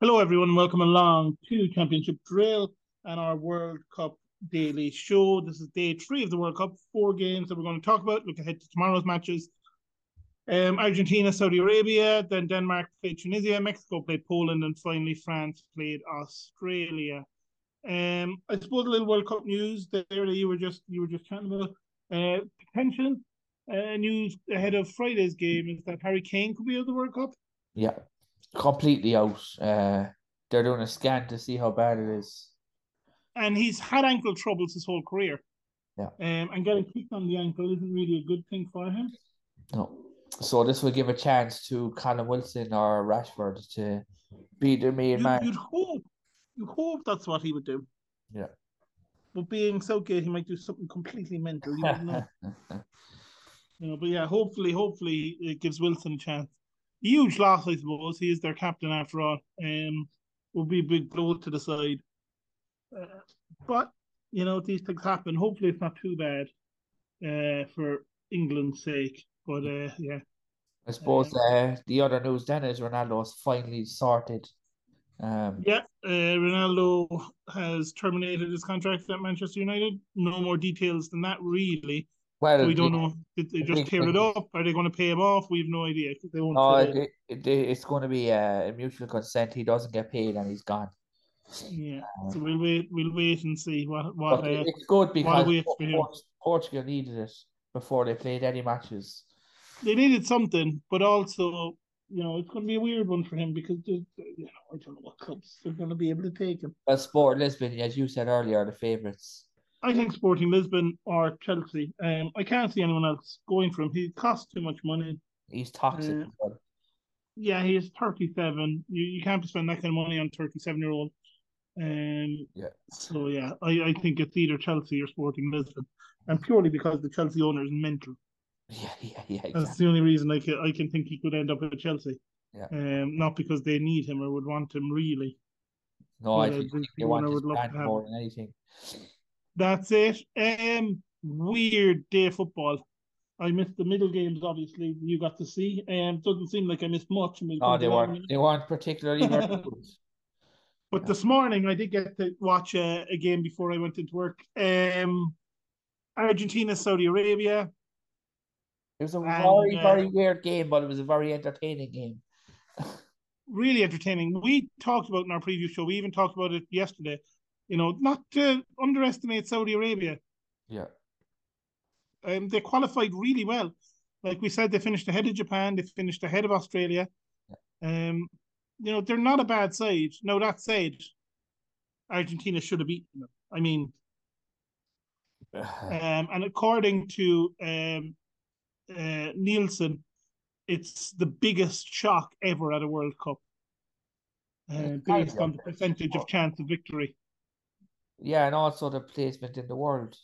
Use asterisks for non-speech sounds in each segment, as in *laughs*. Hello, everyone. Welcome along to Championship Drill and our World Cup daily show. This is day three of the World Cup, four games that we're going to talk about. Look ahead to tomorrow's matches. Um, Argentina, Saudi Arabia, then Denmark played Tunisia, Mexico played Poland, and finally France played Australia. Um, I suppose a little World Cup news there that you were just you were just chatting about. Uh, potential uh, news ahead of Friday's game is that Harry Kane could be out of the World Cup. Yeah, completely out. Uh, they're doing a scan to see how bad it is. and he's had ankle troubles his whole career. Yeah. Um, and getting kicked on the ankle isn't really a good thing for him. No. So this will give a chance to Colin Wilson or Rashford to be their main You, *laughs* man. you'd hope, you hope that's what he would do. Yeah. But being Southgate, he might do something completely mental. You wouldn't *laughs* know. you know, but yeah, hopefully, hopefully it gives Wilson a chance. Huge loss, I suppose. He is their captain after all. Um, will be a big blow to the side. Uh, but you know, these things happen. Hopefully, it's not too bad. Uh, for England's sake. But uh, yeah. I suppose uh, the other news then is Ronaldo's finally sorted. Um, Yeah, uh, Ronaldo has terminated his contract at Manchester United. No more details than that, really. well, We don't the- know. Did they big just tear thing. it up? Are they going to pay him off? We have no idea. 'cause They won't. No, say it, it, it- it's going to be uh, a mutual consent. He doesn't get paid and he's gone. that. yeah. So we'll wait. We'll wait and see what what. But Uh, it- it's good because we Por- experience. Por- Portugal needed it before they played any matches. they needed something, but also you know it's going to be a weird one for him because there's- you know I don't know what clubs are going to be able to take him. Well, Sport Lisbon, as you said earlier, are the favourites. I think Sporting Lisbon or Chelsea. Um, I can't see anyone else going for him. He costs too much money. He's toxic. Uh, as well. Yeah, he is 37. You you can't spend that kind of money on 37 year old. Um, Yeah. So yeah, I, I think it's either Chelsea or Sporting Lisbon, and purely because the Chelsea owner is mental. *laughs* yeah, yeah, yeah, That's exactly. the only reason I can I can think he could end up at Chelsea. Yeah. Um, not because they need him or would want him really. No, I Yeah, think the they one I want his would love brand to have. more than anything. That's it. Um, weird day of football. I missed the middle games. Obviously, you got to see. Um, doesn't seem like I missed much. and we'll No, come to they that in a weren't. minute. They weren't *laughs* particularly very good. But this morning I did get to watch a, a game before I went into work. Um, Argentina, Saudi Arabia. It was a And, very, uh, very weird game, but it was a very entertaining game. Really entertaining. We talked about in our preview show. We even talked about it yesterday. You know, not to underestimate Saudi Arabia. Yeah, Um, they qualified really well. Like we said, they finished ahead of Japan. They finished ahead of Australia. Um, you know, they're not a bad side. No, that said, Argentina should have beaten them. I mean, Um, and according to um, uh, Nielsen, it's the biggest shock ever at a World Cup, uh, It's based gotta on be the up there. percentage of chance of victory. *sighs* yeah, and also the placement in the world.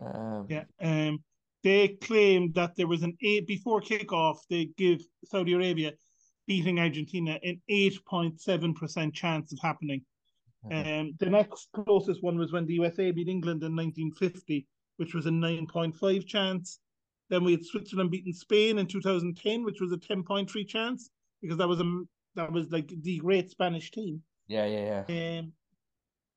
Um, Yeah, um, they claimed that there was an eight before kickoff. They give Saudi Arabia beating Argentina an eight point seven percent chance of happening. Mhm. Um, the next closest one was when the USA beat England in 1950, which was a 9.5 chance. Then we had Switzerland beating Spain in 2010, which was a 10.3 chance because that was a that was like the great Spanish team. yeah, yeah, yeah. Um,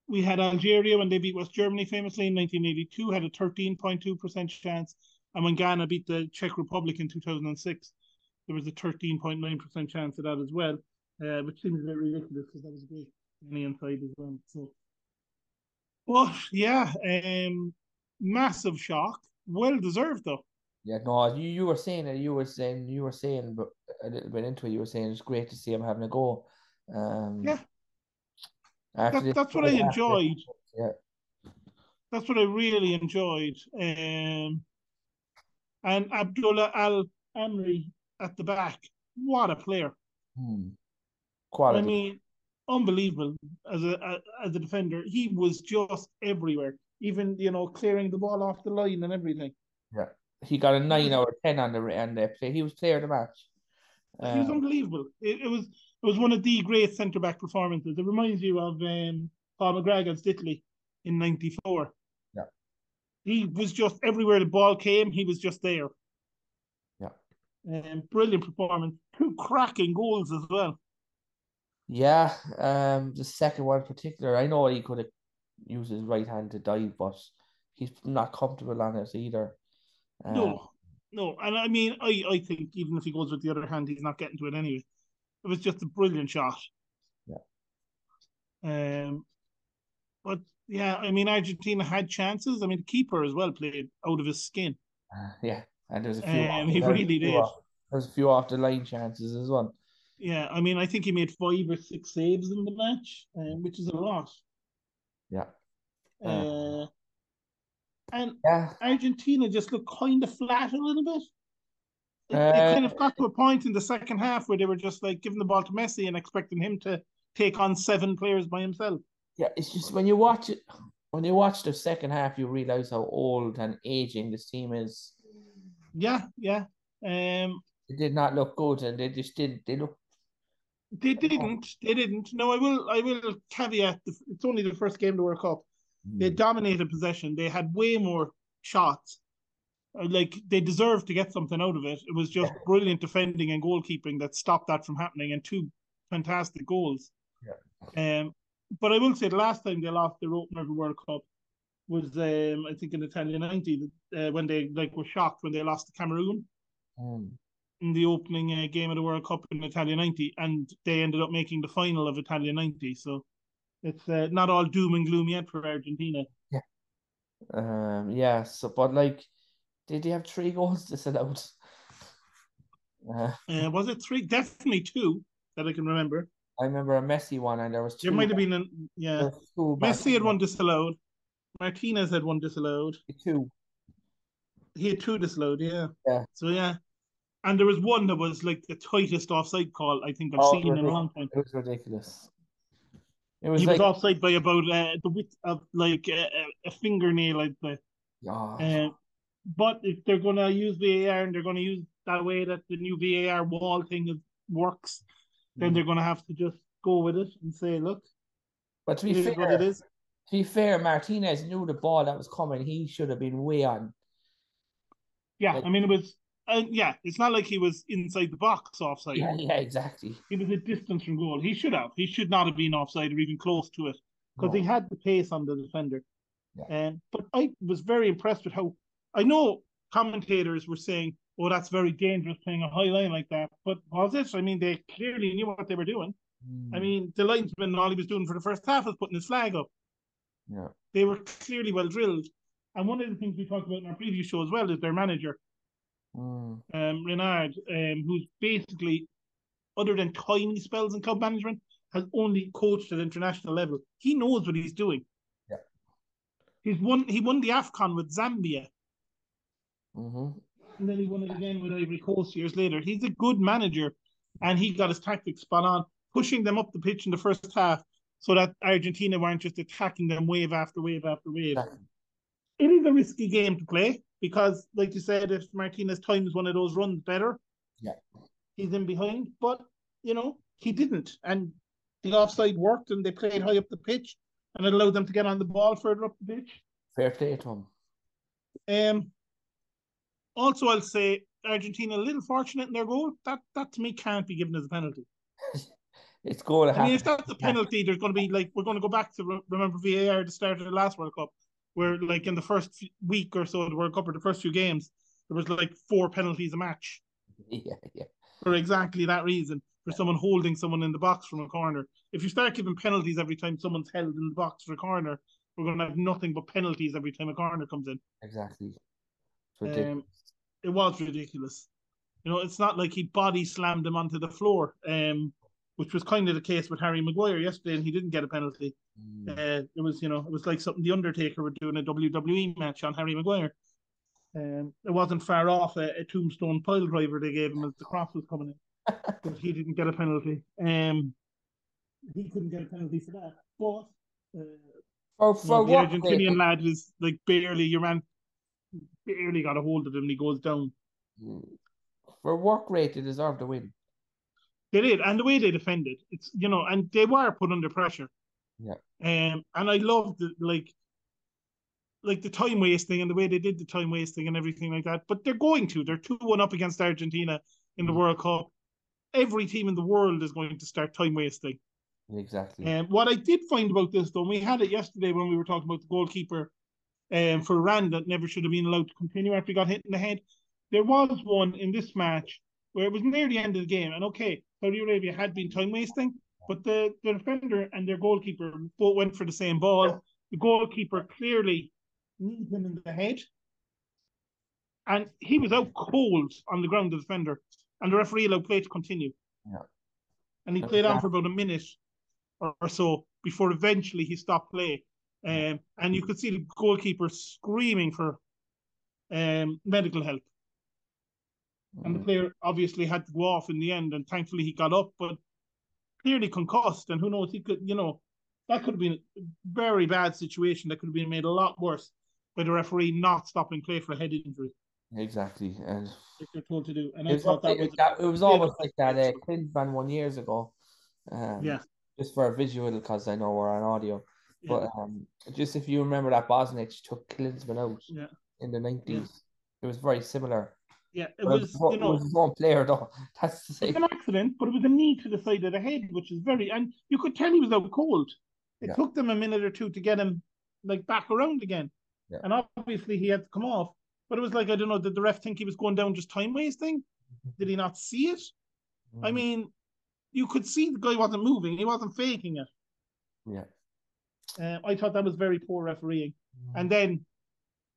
we had Algeria when they beat West Germany famously in 1982, had a 13.2% chance. And when Ghana beat the Czech Republic in 2006, there was a 13.9% chance of that as well, uh, which seems a bit ridiculous because that was a great Ghanaian side as well. So, but yeah, um, massive shock. Well deserved though. Yeah, no, you, you were saying it. You were saying you were saying but a little bit into it. You were saying it's great to see him having a go. Um, Yeah. after That, this- that's what I after- enjoyed. Yeah. That's what I really enjoyed. Um, and Abdullah Al Amri at the back. What a player! Hmm. I Quality. mean, unbelievable as a a- as a defender. He was just everywhere, even you know clearing the ball off the line and everything. He got a nine out of ten on the and the play. He was player of the match. he was Um, unbelievable. It, it was it was one of the great centre back performances. It reminds you of um, Paul McGrath against Italy in '94. Yeah. he was just everywhere the ball came. He was just there. Yeah. um, brilliant performance. Two cracking goals as well. Yeah, um, the second one in particular, I know he could have used his right hand to dive, but he's not comfortable on it either. Um, No, no, and I mean, I, I think even if he goes with the other hand, he's not getting to it anyway. It was just a brilliant shot. Yeah. Um, but yeah, I mean, Argentina had chances. I mean, the keeper as well played out of his skin. Yeah, and there's a few. Um, off- he there was a really few did. off- There's a few off the line chances as well. Yeah, I mean, I think he made five or six saves in the match, um, which is a lot. Yeah. Uh, and Yeah, Argentina just looked kind of flat a little bit. It, Uh, it kind of got to a point in the second half where they were just like giving the ball to Messi and expecting him to take on seven players by himself. yeah. It's just when you watch it, when you watch the second half, you realize how old and aging this team is. Yeah, yeah. Um, It did not look good, and they just did. They look. they didn't. They didn't. No, I will. I will caveat. The, it's only the first game of the World Cup. They Hmm. dominated possession. They had way more shots. Uh, Like they deserved to get something out of it. It was just brilliant defending and goalkeeping that stopped that from happening, and two fantastic goals. Yeah. Um, but I will say the last time they lost their opener of the World Cup was um I think in Italia '90 uh, when they like were shocked when they lost to Cameroon Mm. in the opening uh, game of the World Cup in Italia 90, and they ended up making the final of Italia 90. So it's uh, not all doom and gloom yet for Argentina. Um, yeah, so but like, did they have three *laughs* goals disallowed? Uh, Uh, was it three? Definitely two that I can remember. I remember a messy one, and there was two. There might have been, an, yeah. there was two back- Messi had one disallowed. Martinez had one disallowed. two. He had two disallowed, yeah. Yeah. So, yeah. And there was one that was like the tightest offside call I think I've Oh, seen in a ridiculous. long time. It was ridiculous. It was he like, was offside by about uh, the width of like uh, a fingernail, I'd say. oh, Uh, but if they're going to use VAR and they're going to use that way that the new VAR wall thing is, works, then Mm-hmm. they're going to have to just go with it and say, look, but to be this fair, is what it is. to be fair, Martinez knew the ball that was coming. He should have been way on. Yeah, Like- I mean, it was, uh, yeah, it's not like he was inside the box offside. Yeah, yeah, exactly. He was a distance from goal. He should have. He should not have been offside or even close to it because No. he had the pace on the defender. Yeah. Um, but I was very impressed with how I know commentators were saying, "Oh, that's very dangerous playing a high line like that." But was it? I mean, they clearly knew what they were doing. I Mm, mean, the linesman, all he was doing for the first half was putting his flag up. yeah. They were clearly well drilled. And one of the things we talked about in our previous show as well is their manager, Mm, um, Renard, um, who's basically, other than tiny spells in club management, has only coached at international level. He knows what he's doing. Yeah. He's won. He won the Afcon with Zambia, hmm and then he won it again with Ivory Coast years later. He's a good manager, and he got his tactics spot on, pushing them up the pitch in the first half, so that Argentina weren't just attacking them wave after wave after wave. Exactly. It is a risky game to play because, like you said, if Martinez times one of those runs better, Yeah. he's in behind. But you know he didn't, and the offside worked, and they played high up the pitch, and it allowed them to get on the ball further up the pitch. Fair play to him. Um, also, I'll say Argentina a little fortunate in their goal. That that to me can't be given as a penalty. It's going to I happen. mean, if that's a penalty, there's going to be like we're going to go back to re- remember VAR at the start of the last World Cup, where like in the first f- week or so of the World Cup or the first few games, there was like four penalties a match *laughs* yeah, yeah. for exactly that reason for someone holding someone in the box from a corner. If you start giving penalties every time someone's held in the box for a corner, we're going to have nothing but penalties every time a corner comes in. Exactly. So did- Um, it was ridiculous. You know, it's not like he body slammed him onto the floor, um, which was kind of the case with Harry Maguire yesterday, and he didn't get a penalty. Mm, Uh, it was, you know, it was like something the Undertaker would do in a WWE match on Harry Maguire. Um, it wasn't far off a, a tombstone pile driver they gave him as the cross was coming in, but he didn't get a penalty. Um, he couldn't get a penalty for that. But uh, for you for know, what the they- Argentinian lad is like barely your man barely got a hold of him and he goes down. Mm. for work rate, they deserve to win. They did, and the way they defended, it's you know, and they were put under pressure. Yeah. Um, and I loved the, like, like the time wasting and the way they did the time wasting and everything like that. But they're going to. They're two one up Mm. against Argentina in the World Cup. Every team in the world is going to start time wasting. Exactly. Um, what I did find about this, though, and we had it yesterday when we were talking about the goalkeeper um, for Rand that never should have been allowed to continue after he got hit in the head. There was one in this match where it was near the end of the game, and okay, Saudi Arabia had been time wasting, but the, the defender and their goalkeeper both went for the same ball. The goalkeeper clearly kneed him in the head, and he was out cold on the ground, the defender, and the referee allowed play to continue. Yeah. And he That's played on exact- for about a minute or, or so before eventually he stopped play. Um, and you could see the goalkeeper screaming for um, medical help. And the Mm. player obviously had to go off in the end, and thankfully he got up, but clearly concussed. And who knows, he could, you know, that could have been a very bad situation that could have been made a lot worse by the referee not stopping play for a head injury, Exactly. And like they're told to do. And I it thought was, that was, that, it was almost like that uh, Klinsmann one years ago. Um, yeah, Just for a visual, because I know we're on audio. yeah, But um, just if you remember that Bosnich took Klinsman out yeah, in the 90s, it was very similar. yeah. It But it was, was, his own- you it know, was his own player, though. *laughs* That's It the was thing. an accident, but it was a knee to the side of the head, which is very, and you could tell he was out cold. It Yeah. took them a minute or two to get him like back around again, Yeah. and obviously he had to come off. But it was like I don't know, did the ref think he was going down just time wasting? Mm-hmm. Did he not see it? I mean, you could see the guy wasn't moving; he wasn't faking it. Mm. Yeah. Um, I thought that was very poor refereeing. Mm-hmm. And then,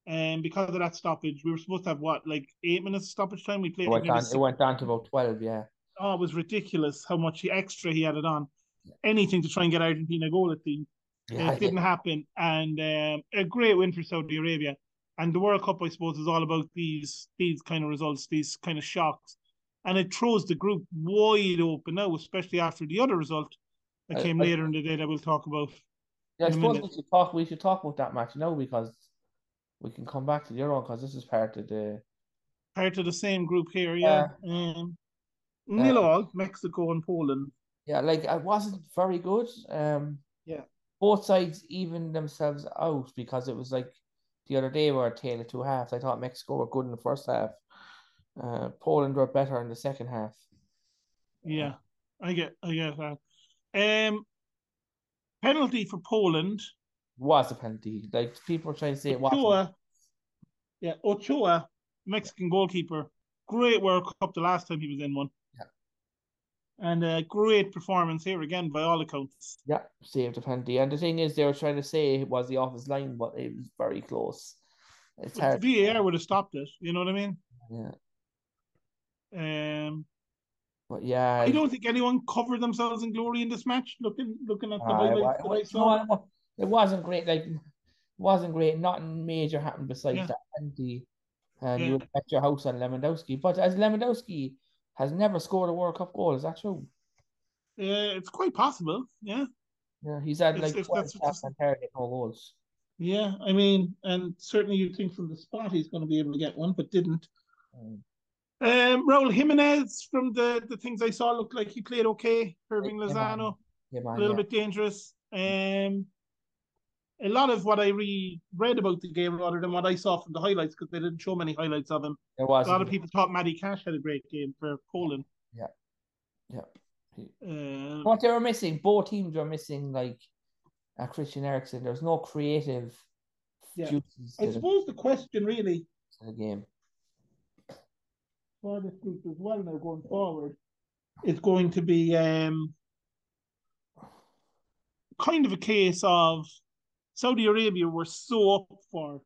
um, because of that stoppage, we were supposed to have what like eight minutes stoppage time. We it played. went, maybe on, Oh, it six went down to about 12, yeah. oh, it was ridiculous how much he- extra he added on. Anything to try and get Argentina a goal at the Yeah. it didn't happen, and um, a great win for Saudi Arabia. And the World Cup, I suppose, is all about these these kind of results, these kind of shocks, and it throws the group wide open now, especially after the other result that I- came I- later in the day that we'll talk about. Yeah, I in a suppose minute. we should talk. We should talk about that match now because we can come back to the other one because this is part of the. Part of the same group here, yeah. Um, Uh, nil all, Mexico and Poland. Yeah, like I wasn't very good. Um, Yeah. both sides even themselves out because it was like the other day we were a tale of two halves. I thought Mexico were good in the first half. Uh, Poland were better in the second half. Yeah, I get, I get that. Um, penalty for Poland. Was a penalty. Like people were trying to say it wasn't. Ochoa, yeah, Ochoa, Mexican goalkeeper, great World Cup the last time he was in one. Yeah. And a great performance here again by all accounts. Yeah, saved a penalty. And the thing is, they were trying to say it was the office line, but it was very close. It's hard. VAR would have stopped it. You know what I mean? Yeah. Um, But yeah, I don't think anyone covered themselves in glory in this match. Looking, looking at the Ah, it, wa- highlights it that wa- I you saw. know what, it wa- it wasn't great. Like, it wasn't great. Nothing major happened besides Yeah. that penalty, and Yeah. you would bet your house on Lewandowski. But as Lewandowski has never scored a World Cup goal, is that true? Uh, it's quite possible. Yeah. Yeah, he's had If- like if twelve that's what shots this- on target, no goals. Yeah. I mean, and certainly you'd think from the spot he's going to be able to get one, but didn't. Mm. Um, Raul Jimenez from the, the things I saw looked like he played okay. Irving Yeah, man. Lozano, Yeah, a man, little yeah. bit dangerous. Um, a lot of what I re- read about the game rather than what I saw from the highlights because they didn't show many highlights of him. It A lot of wasn't. people thought Matty Cash had a great game for Poland. Yeah. Uh, What they were missing, both teams were missing like a Christian Eriksen. There's no creative Yeah. juices I to the, suppose the question really to the game. for this group as well now going forward is going to be um, kind of a case of Saudi Arabia were so up for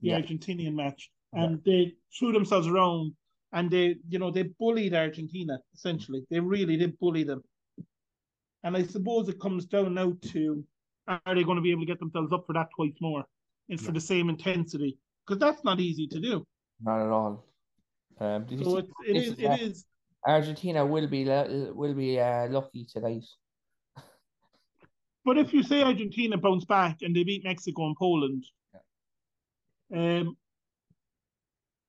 the Yeah. Argentinian match, Yeah. and they threw themselves around, and they, you know, they bullied Argentina essentially. They really did bully them, and I suppose it comes down now to are they going to be able to get themselves up for that twice more, and for Yeah. the same intensity? Because that's not easy to do. Not at all. Um, did you So see? it's it this is is that- it is Argentina will be lu- will be uh, lucky tonight. But if you say Argentina bounce back and they beat Mexico and Poland, um,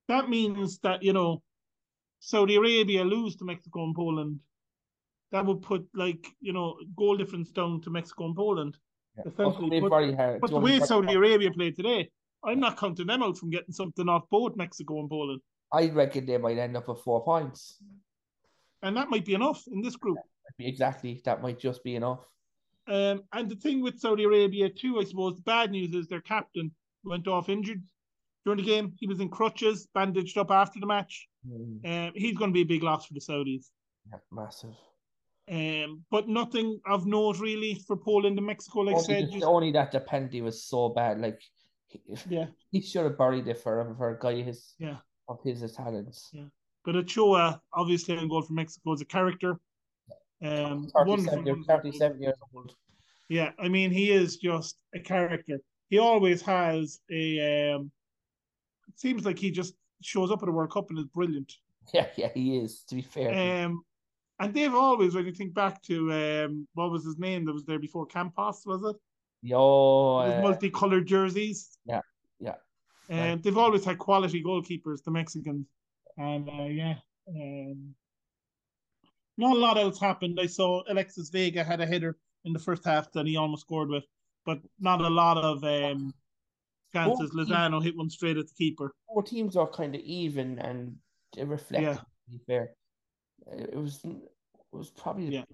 that means that you know Saudi Arabia lose to Mexico and Poland. That would put like you know goal difference down to Mexico and Poland. Yeah. Essentially, It's gonna be but- very hard. But It's the gonna be way very Saudi hard. Arabia played today, I'm not counting them out from getting something off both Mexico and Poland, I reckon they might end up with four points. and that might be enough in this group. Exactly, that might just be enough. Um, and the thing with Saudi Arabia too, I suppose, the bad news is their captain went off injured during the game. He was in crutches, bandaged up after the match. Mm, Um, he's going to be a big loss for the Saudis. yeah, massive. Um, but nothing of note really for Poland and Mexico. Like I Only, said, just- just- only that the penalty was so bad. Like he, *laughs* yeah. he should have buried it for for a guy his Yeah. of his talents. But Ochoa, obviously, on goal for Mexico is a character. Um, wonderful, 37, years- wonderful. 37 years old. *laughs* Yeah, I mean, he is just a character. He always has a. Um, it seems like he just shows up at a World Cup and is brilliant. Yeah, yeah, he is. To be fair, Um, and they've always, when you think back to um, what was his name that was there before Campos, was it? yo, His uh, multicolored jerseys. yeah, yeah. And they've always had quality goalkeepers, the Mexicans. And uh, yeah, um, not a lot else happened. I saw Alexis Vega had a header in the first half that he almost scored with, but not a lot of um, chances. Oh, he- Lozano hit one straight at the keeper. four teams are kind of even and it reflected. Yeah. To be fair, it was it was probably. Yeah.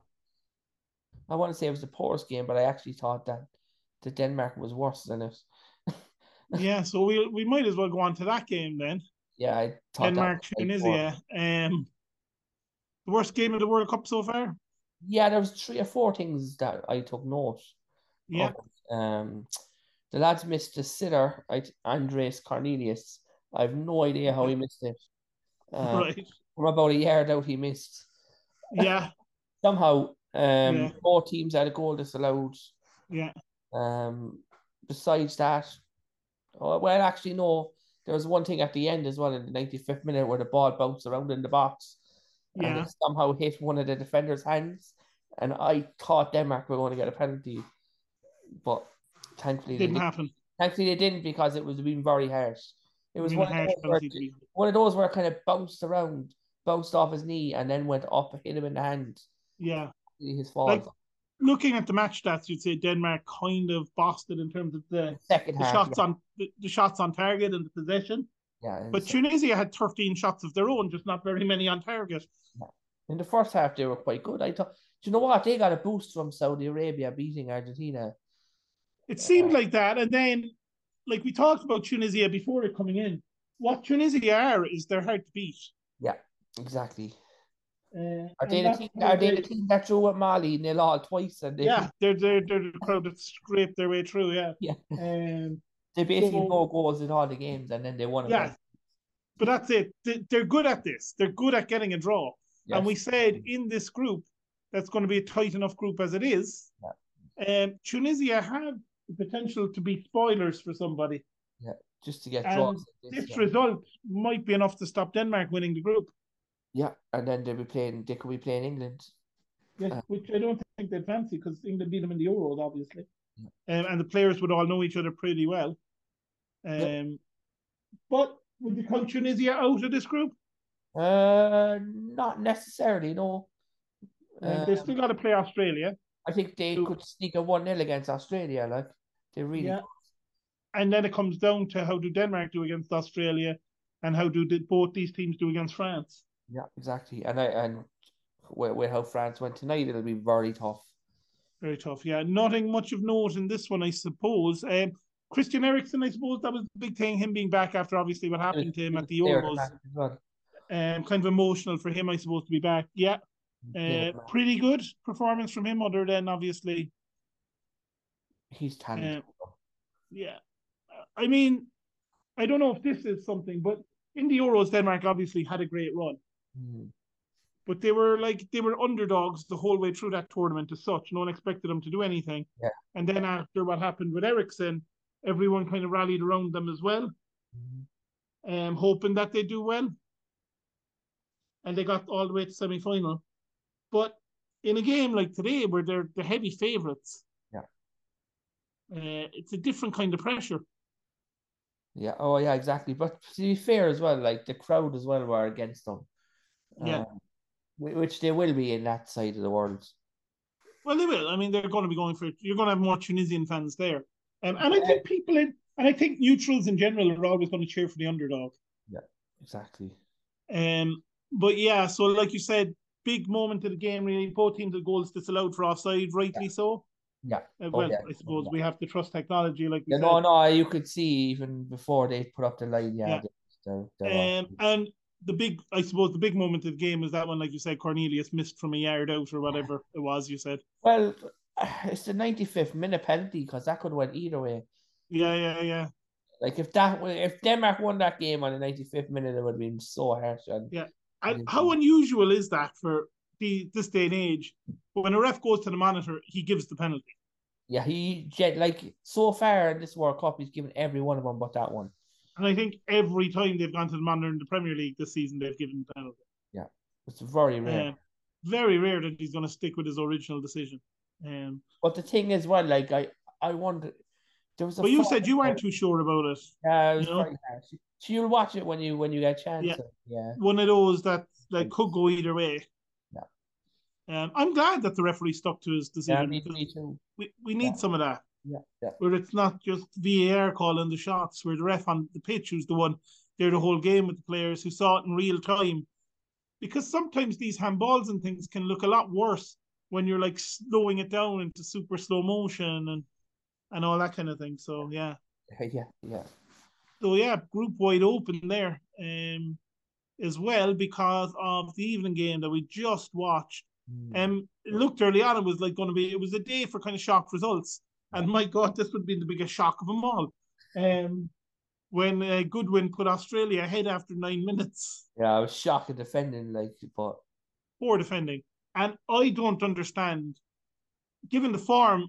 I want to say it was the poorest game, but I actually thought that the Denmark was worse than it. yeah, so we we might as well go on to that game then. Yeah, I thought that Denmark was way poor. Tunisia. Um, the worst game of the World Cup so far. Yeah, there was three or four things that I took note. Yeah, of. Um, the lads missed a sitter. I Andres Cornelius. I have no idea how he missed it. Uh, right. From about a yard out, he missed. Yeah, somehow um Yeah. four teams had a goal disallowed. *laughs* Yeah. Um besides that, oh, well actually no, there was one thing at the end as well in the ninety fifth minute where the ball bounced around in the box and yeah. it somehow hit one of the defenders' hands. And I thought Denmark were going to get a penalty. But thankfully they Didn't didn't. happen. thankfully they didn't because it was been very harsh. It was Really one of harsh those where penalty to be- one of those where it kind of bounced around, bounced off his knee and then went up, hit him in the hand. Yeah. His fault. Like, looking at the match stats, you'd say Denmark kind of bossed it in terms of the, second the half. shots yeah. on the, the shots on target and the possession. yeah, in, the But sec- Tunisia had 13 shots of their own, just not very many on target. in the first half they were quite good. I thought, do you know what? They got a boost from Saudi Arabia beating Argentina. It seemed like that, and then like we talked about Tunisia before it coming in. What Tunisia are is they're hard to beat. Exactly. Uh, Are and they, the that's team, where are they they- the team that drew with Mali nil all twice and they Yeah, they're they're they're the crowd that scrape their way through. Yeah, Yeah. *laughs* Um, they basically So- no goals in all the games and then they won? it Yeah. back. but that's it. They, they're good at this. They're good at getting a draw. Yes. And we said in this group, that's going to be a tight enough group as it is. Um, Tunisia have the potential to be spoilers for somebody. just to get and draws. like this, This yeah. result might be enough to stop Denmark winning the group, yeah, and then they'll be playing. They could be playing England. yes, Uh. which I don't think they'd fancy because England beat them in the Euros, obviously. Um, and the players would all know each other pretty well. Um, Yeah. But would you count Tunisia out of this group? Uh, not necessarily. No, Uh, Um, they still got to play Australia. I think they So- could sneak a one 0 against Australia. Like they really Yeah. and then it comes down to how do Denmark do against Australia, and how do the, both these teams do against France? Yeah, exactly. And I and with, with how France went tonight, it'll be very tough. Very tough, yeah. Nothing much of note in this one, I suppose. Um, Christian Eriksen, I suppose that was the big thing, him being back after obviously what happened to him at the Player of Euros. match as well. Um, kind of emotional for him, I suppose, to be back. Yeah, Player uh, of match. pretty good performance from him, other than obviously, He's talented. uh, yeah. I mean, I don't know if this is something, but in the Euros, Denmark obviously had a great run. Mm. but they were like they were underdogs the whole way through that tournament as such. No one expected them to do anything. Yeah. And then after what happened with Ericsson, everyone kind of rallied around them as well, Mm-hmm. um, hoping that they do well. And they got all the way to semi final. But in a game like today where they're the heavy favourites, Yeah. uh, it's a different kind of pressure. Yeah. Oh, yeah. Exactly. But to be fair as well, like the crowd as well were against them. Yeah. Um, whi- which they will be in that side of the world. Well, they will. I mean, they're going to be going for it. You're going to have more Tunisian fans there, um, and I think people in, and I think neutrals in general are always going to cheer for the underdog. Exactly. Um, but yeah, so like you said, big moment of the game. Really, both teams had goals disallowed for offside, rightly so. Yeah. Uh, Oh, well, yeah. I suppose we have to trust technology, like we Yeah, said. no, no, you could see even before they put up the light. Yeah. Yeah. they're- they're- they're Um, and the big, I suppose, the big moment of the game was that one, like you said, Cornelius missed from a yard out or *laughs* whatever it was. You said, Well, *sighs* it's the 95th minute penalty because that could have went either way. yeah, yeah, yeah, Like if that if Denmark won that game on the 95th minute, it would have been so harsh. And and Mhm. how unusual is that for the this day and age? But when a ref goes to the monitor, he gives the penalty. yeah, he gen- like so far in this World Cup, he's given every one of them but that one. And I think every time they've gone to the monitor in the Premier League this season, they've given the penalty. It's very rare. Um, very rare that he's going to stick with his original decision. Um, But the thing is, well, like I I wonder there was a. but you foul- said you weren't too sure about it. Yeah, it was you know? very harsh. So you'll watch it when you when you get a chance. Yeah. yeah. One of those that like could go either way. Mm. Yeah. Um, I'm glad that the referee stuck to his Yeah, decision me, because me too. *laughs* we, we need Yeah. some of that Yeah, yeah. where it's not just VAR calling the shots, where the ref on the pitch who's the one there the whole game with the players who saw it in real time. Because sometimes these handballs and things can look a lot worse when you're like slowing it down into super slow motion and and all that kind of thing. So yeah. Yeah, yeah. So yeah, group wide open there um, as well because of the evening game that we just watched. Mm. Um, it looked early on it was like going to be it was a day for kind of shock results, and my God, this would be the biggest shock of them all. Um, when uh, Goodwin put Australia ahead after nine minutes, Yeah, I was shocked at defending, like, but poor defending, and I don't understand, given the form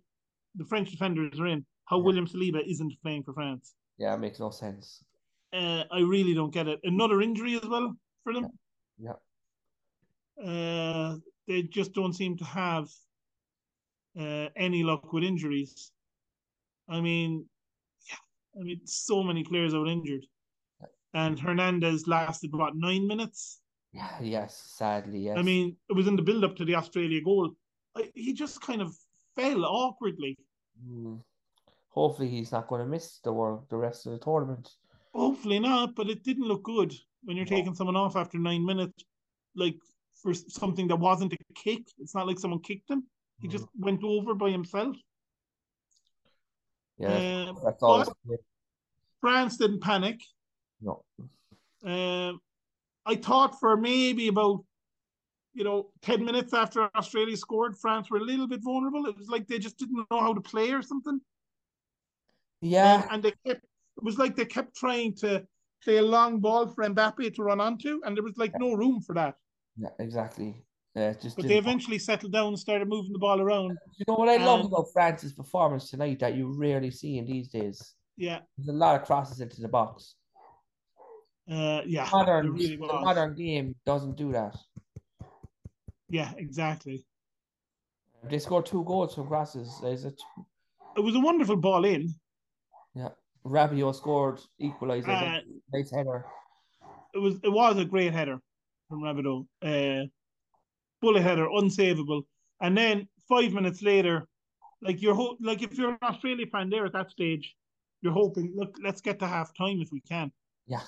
the French defenders are in, how Yeah. William Saliba isn't playing for France. yeah, it makes no sense. Uh, I really don't get it. Another injury as well for them. Yeah. Uh, they just don't seem to have uh, any luck with injuries. I mean, yeah, I mean, so many players out injured, and Hernandez lasted what nine minutes. Yeah, yes, sadly, yes. I mean, it was in the build-up to the Australia goal. I, he just kind of fell awkwardly. Mm. hopefully he's not going to miss the world the rest of the tournament. Hopefully not, but it didn't look good when you're No. taking someone off after nine minutes, like for s- something that wasn't a kick. It's not like someone kicked him. He just Mm. went over by himself. yeah, Um, that's, that's always France didn't panic. no. Um, I thought for maybe about, you know, 10 minutes after Australia scored, France were a little bit vulnerable. It was like they just didn't know how to play or something. Yeah, And they kept, it was like they kept trying to play a long ball for Mbappe to run onto, and there was like no room for that. yeah, exactly. Yeah, it just But didn't- they eventually settled down and started moving the ball around. you know what I love um, about France's performance tonight that you rarely see in these days. Yeah. There's a lot of crosses into the box. Uh, yeah. Modern, there really the was. modern game doesn't do that. Yeah, exactly. They scored two goals from crosses. Is it It was a wonderful ball in. Rabiot scored equaliser? Uh, nice header. it was it was a great header from Rabideau. Uh, bullet header, unsavable. And then five minutes later, like you're ho- like if you're an Australia fan there at that stage, you're hoping, look, let's get to half time if we can. Yeah,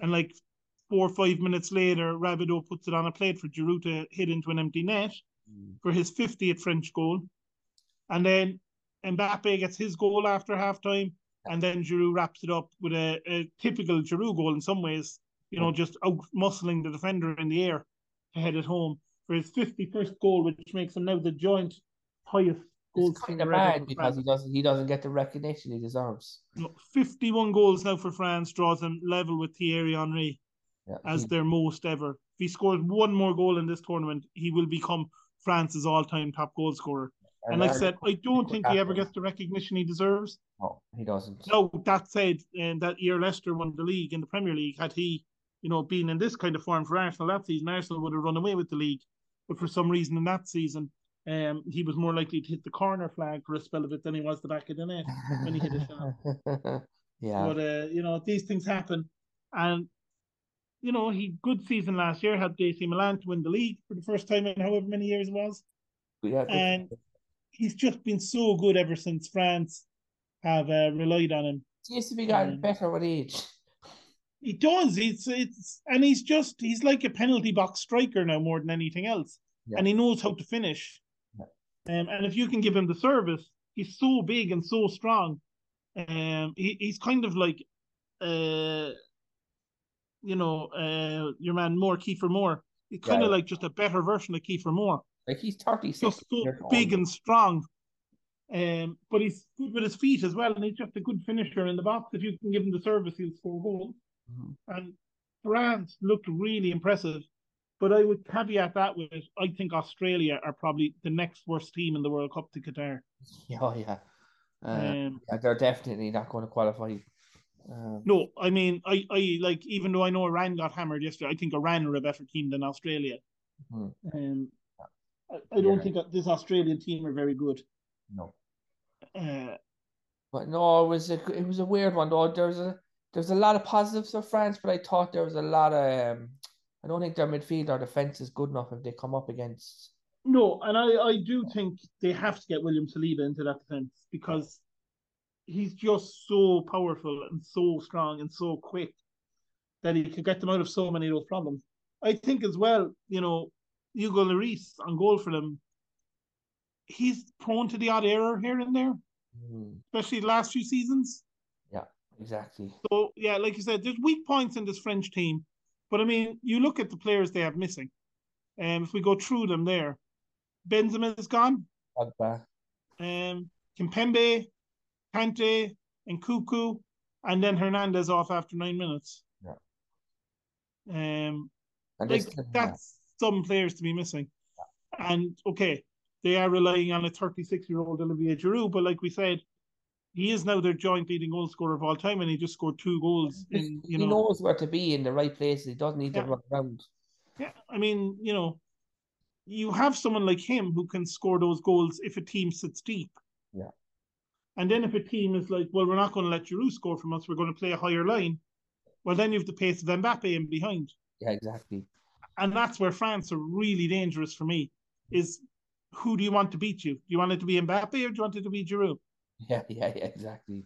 And like four or five minutes later, Rabideau puts it on a plate for Giroud to hit into an empty net for his 50th French goal. And then Mbappe gets his goal after half time. And then Giroud wraps it up with a, a typical Giroud goal in some ways, you know, just out muscling the defender in the air to head it home for his 51st goal, which makes him now the joint highest goal it's kind of scorer bad ever for because he France. doesn't he doesn't get the recognition he deserves. No, 51 goals now for France draws him level with Thierry Henry Yeah, as he- their most ever. If he scores one more goal in this tournament, he will become France's all time top goal scorer. And like I Ireland- said, I don't think he ever happen. gets the recognition he deserves. No, he doesn't. *laughs* No, that said, um, that year Leicester won the league in the Premier League. Had he, you know, been in this kind of form for Arsenal that season, Arsenal would have run away with the league. But for some reason in that season, um, he was more likely to hit the corner flag for a spell of it than he was the back of the net. when he hit a yeah, But uh, you know, these things happen, and you know, he good season last year helped AC Milan to win the league for the first time in however many years it was. yeah, good- and- He's just been so good ever since France have uh, relied on him. seems to be gotten Mm. better with age. He does. It's it's and he's just he's like a penalty box striker now more than anything else, Yeah. and he knows how to finish. Um, and if you can give him the service, he's so big and so strong. Um, he, he's kind of like, uh, you know, uh, your man Moore, Kiefer Moore. He's kind Right. of like just a better version of Kiefer Moore. Like he's 36. Just so years old. big and strong. Um, but he's good with his feet as well, and he's just a good finisher in the box. If you can give him the service, he'll score goals. Mhm. And France looked really impressive. But I would caveat that with I think Australia are probably the next worst team in the World Cup to Qatar. *laughs* Yeah, oh, yeah. Uh, Um, yeah, They're definitely not going to qualify. Um, no, I mean, I, I like, even though I know Iran got hammered yesterday, I think Iran are a better team than Australia. Hmm. Um, I, I don't Yeah. think that this Australian team are very good. no. Uh, But no, it was a it was a weird one though. There's a there's a lot of positives for France, but I thought there was a lot of um, I don't think their midfield or defense is good enough if they come up against. No, and I, I do think they have to get William Saliba into that defense because he's just so powerful and so strong and so quick that he could get them out of so many of those problems. I think as well, you know, Hugo Lloris on goal for them, he's prone to the odd error here and there, Mm, especially the last few seasons. exactly. So yeah, like you said, there's weak points in this French team, but I mean, you look at the players they have missing, and if we go through them there, Benzema is gone. Pogba. um, Kimpembe, Kante, and Cuckoo, and then Hernandez off after nine minutes. Yeah. Um, And they like still have- that's some players to be missing, and okay, they are relying on a 36-year-old Olivier Giroud, but like we said, he is now their joint leading goal scorer of all time, and he just scored two goals in you he know. knows where to be in the right place. He doesn't need Yeah. to run around. Yeah, I mean, you know, you have someone like him who can score those goals if a team sits deep. Yeah. And then if a team is like, well, we're not going to let Giroud score from us, we're going to play a higher line. Well, then you have the pace of Mbappe in behind, Yeah, exactly. *laughs* and that's where France are really dangerous for me. Is who do you want to beat you? Do you want it to be Mbappe or do you want it to be Giroud? Yeah, yeah, yeah, exactly.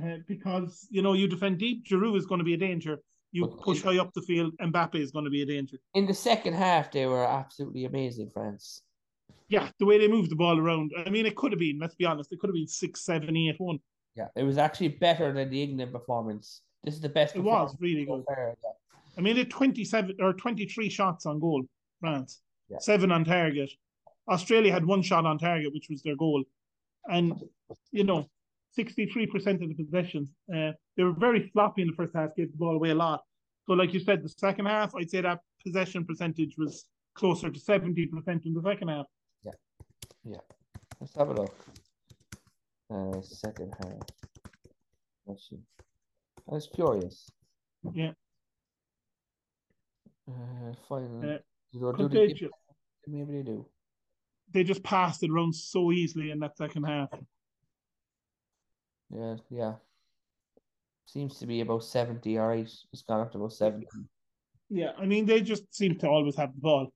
Uh, because you know you defend deep, Giroud is going to be a danger. You But- push high up the field, Mbappe is going to be a danger. In the second half, they were absolutely amazing, France. Yeah, the way they move the ball around. I mean, it could have been, let's be honest, it could have been six, seven, eight, one. Yeah, it was actually better than the England performance. This is the best. It was performance really so good. far, yeah. I mean, they had 27 or 23 shots on goal, France, Yeah. seven on target. Australia had one shot on target, which was their goal. And, you know, 63% of the possessions. Uh, they were very sloppy in the first half, gave the ball away a lot. So, like you said, the second half, I'd say that possession percentage was closer to 70% in the second half. Let's have a look. Uh, second half. Let's see. I was curious. Yeah. Uh, final. Uh, do, do But they they, give, ju- maybe they do. they just passed it around so easily in that second half. Yeah, yeah. Seems to be about 70, all right. It's gone up to about 70. Yeah, I mean they just seem to always have the ball.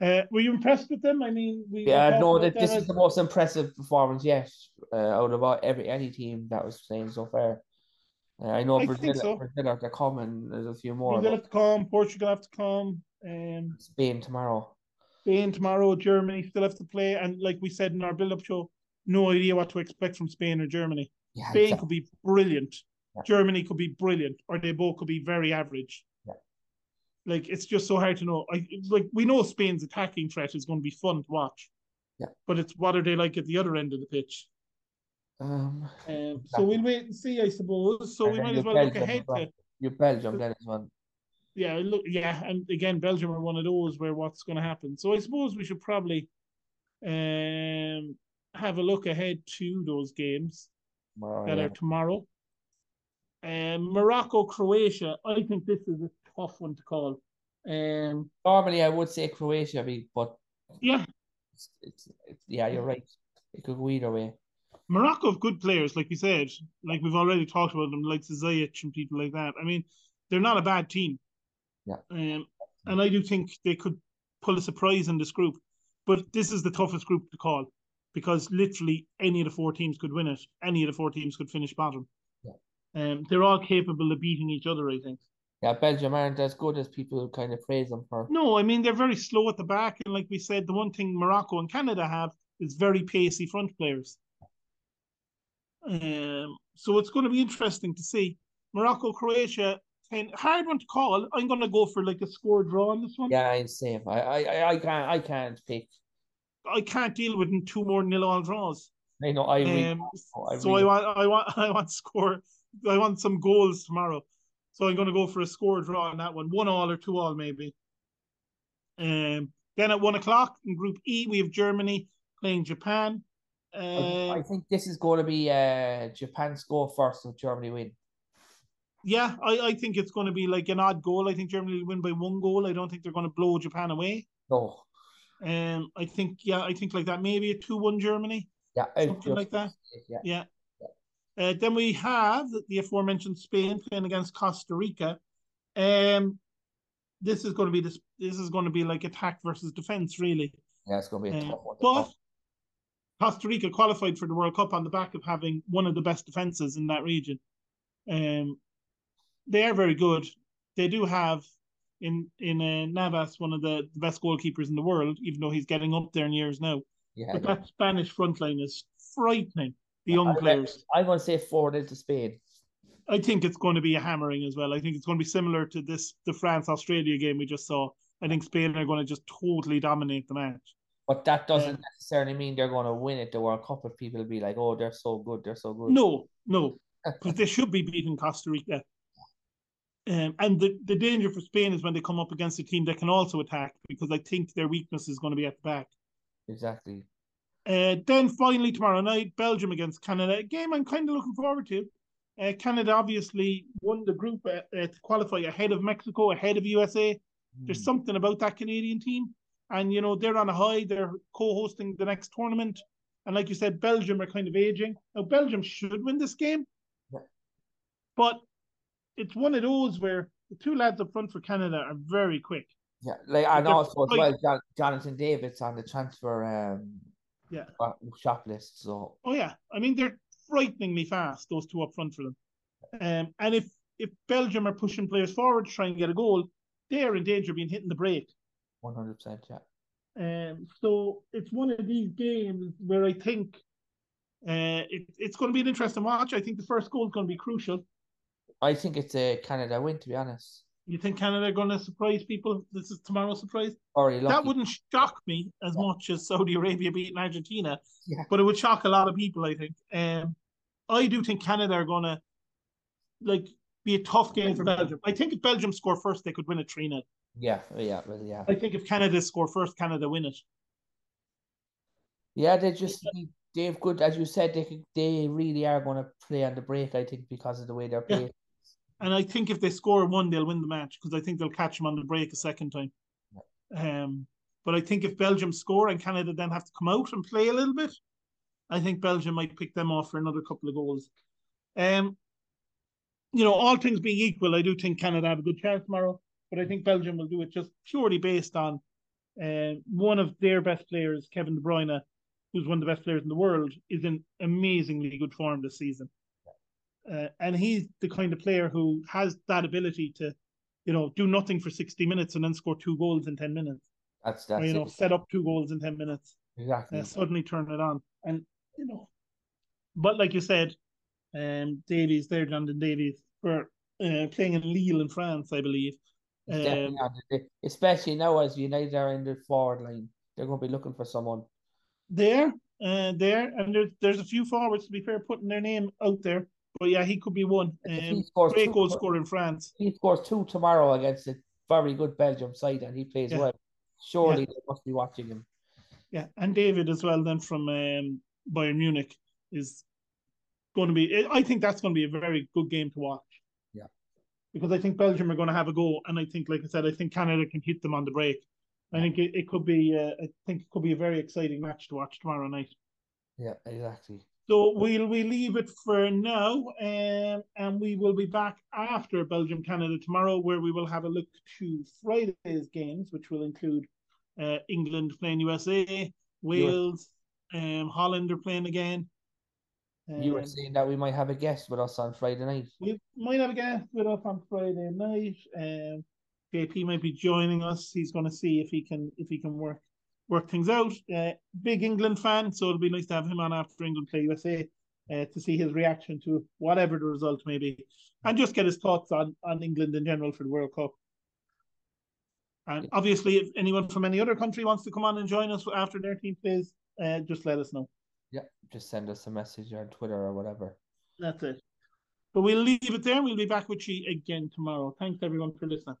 Uh, were you impressed with them? I mean, we were Yeah, talking no, about that this them is the most impressive performance yet uh, out of all, every any team that was playing so far. Uh, I know I think Brazil, so. Brazil are they're coming. There's a few as more. Brazil but have to come, Portugal have to come, um, Spain tomorrow. Spain tomorrow, Germany still have to play, and like we said in our build-up show, no idea what to expect from Spain or Germany. Yeah, Spain exact- could be brilliant, Yeah. Germany could be brilliant, or they both could be very average. Yeah. Like it's just so hard to know. I, it's like we know Spain's attacking threat is going to be fun to watch. Yeah. But it's what are they like at the other end of the pitch? um, Um, so we'll wait and see, I suppose. So And we then might you as well look Belgium as ahead well. to you Belgium then as well. yeah, look yeah, and again Belgium are one of those where what's going to happen. So I suppose we should probably um have a look ahead to those games tomorrow, that yeah. are tomorrow. Um, Morocco, Croatia. I think this is a tough one to call. Um, Normally, I would say Croatia, be- but yeah, it's, it's, it's yeah, you're right. It could go either way. Morocco have good players, like we said, like we've already talked about them, like Ziyech and people like that. I mean, they're not a bad team. Yeah. Um, and I do think they could pull a surprise in this group, but this is the toughest group to call because literally any of the four teams could win it. Any of the four teams could finish bottom. Yeah. Um, they're all capable of beating each other, I think. Yeah, Belgium aren't as good as people kind of praise them for. No, I mean they're very slow at the back, and like we said, the one thing Morocco and Canada have is very pacey front players. Um, so it's going to be interesting to see Morocco Croatia. Ten, hard one to call. I'm going to go for like a score draw on this one. Yeah, I'm same. I, I, I can't, I can't pick. I can't deal with two more nil all draws. I know I. really Um, can't. I so I really- want, I want, *laughs* I want score. I want some goals tomorrow. So I'm going to go for a score draw on that one, one all or two all maybe. Um, then at one o'clock in Group E, we have Germany playing Japan. I- Uh, I think this is going to be uh, Japan score first and Germany win. yeah, I, I think it's going to be like an odd goal. I think Germany will win by one goal. I don't think they're going to blow Japan away. No, Um, I think yeah, I think like that maybe a two-one Germany. yeah, I- Something like that. Yeah, Uh, then we have the aforementioned Spain playing against Costa Rica. Um, this is going to be this. This is going to be like attack versus defense, really. yeah, it's going to be a Um, tough one. to but call. Costa Rica qualified for the World Cup on the back of having one of the best defenses in that region. Um, they are very good. They do have in in uh, Navas one of the, the best goalkeepers in the world, even though he's getting up there in years now. yeah, But yeah. that Spanish front line is frightening. The I young reckon- players. I'm going to say four nil to Spain. I think it's going to be a hammering as well. I think it's going to be similar to this the France Australia game we just saw. I think Spain are going to just totally dominate the match. But that doesn't necessarily mean they're going to win it. The World Cup, if people be like, "Oh, they're so good, they're so good." No, no, because they should be beating Costa Rica. Um, and the, the danger for Spain is when they come up against a team that can also attack because I think their weakness is going to be at the back. exactly. Uh, then finally tomorrow night, Belgium against Canada. A game I'm kind of looking forward to. Uh, Canada obviously won the group uh, uh, to qualify ahead of Mexico, ahead of USA. There's Hmm. something about that Canadian team. And, you know, they're on a high. They're co hosting the next tournament. And like you said, Belgium are kind of aging. Now, Belgium should win this game. Yeah. But it's one of those where the two lads up front for Canada are very quick. Yeah, like and they're also as fight- well, Jon- Jonathan David's on the transfer um Yeah. uh, shop list. So Oh, yeah. I mean, they're frighteningly fast, those two up front for them. Um, and if, if Belgium are pushing players forward to try and get a goal, they're in danger of being hitting the break. one hundred percent. Yeah, Um, so it's one of these games where I think uh, it, it's going to be an interesting watch. I think the first goal is going to be crucial. I think it's a Canada win. To be honest, You think Canada are going to surprise people? This is tomorrow's surprise. already lucky. That wouldn't shock me as much as Saudi Arabia beating Argentina, Yeah. but it would shock a lot of people. I think. Um, I do think Canada are going to like be a tough game for Belgium. I think if Belgium score first, they could win it three 0 Yeah, yeah, well, yeah, I think if Canada score first, Canada win it. yeah. They just need, they've good as you said. They could- they really are going to play on the break. I think because of the way they're Yeah. playing. And I think if they score one, they'll win the match because I think they'll catch them on the break a second time. Um, but I think if Belgium score and Canada then have to come out and play a little bit, I think Belgium might pick them off for another couple of goals. Um, you know, all things being equal, I do think Canada have a good chance tomorrow, but I think Belgium will do it just purely based on uh, one of their best players, Kevin De Bruyne, who's one of the best players in the world, is in amazingly good form this season. Uh, and he's the kind of player who has that ability to, you know, do nothing for 60 minutes and then score two goals in 10 minutes. That's Or, that's you it. know, set up two goals in 10 minutes exactly. uh, suddenly turn it on. And you know, but like you said, um, Davies there, Jonathan Davies, for uh, playing in Lille in France, I believe. It's um, definitely on the day. especially now as United are in the forward line, they're going to be looking for someone. There, uh, there, and there's there's a few forwards to be fair putting their name out there. But yeah, he could be one. If he Um, scores great two- goal scorer in France. He scores two tomorrow against a very good Belgium side, and he plays Yeah. well. Surely they must be watching him. Yeah, and David as well. Then from um, Bayern Munich is going to be. I I think that's going to be a very good game to watch. Yeah. because I think Belgium are going to have a go, and I think, like I said, I think Canada can hit them on the break. I think it, it could be. Uh, I think it could be a very exciting match to watch tomorrow night. Yeah, exactly. So we'll we leave it for now, um, and we will be back after Belgium Canada tomorrow, where we will have a look to Friday's games, which will include uh, England playing USA, Wales, um, Holland are playing again. You were Um, saying that we might have a guest with us on Friday night. we might have a guest with us on Friday night. Um, JP might be joining us. He's going to see if he can if he can work work things out. Uh, big England fan, so it'll be nice to have him on after England play USA. uh, to see his reaction to whatever the result may be, and just get his thoughts on on England in general for the World Cup. And obviously, if anyone from any other country wants to come on and join us after their team plays, uh, just let us know. Yeah, just send us a message on Twitter or whatever. That's it. But we'll leave it there. We'll be back with you again tomorrow. Thanks everyone for listening.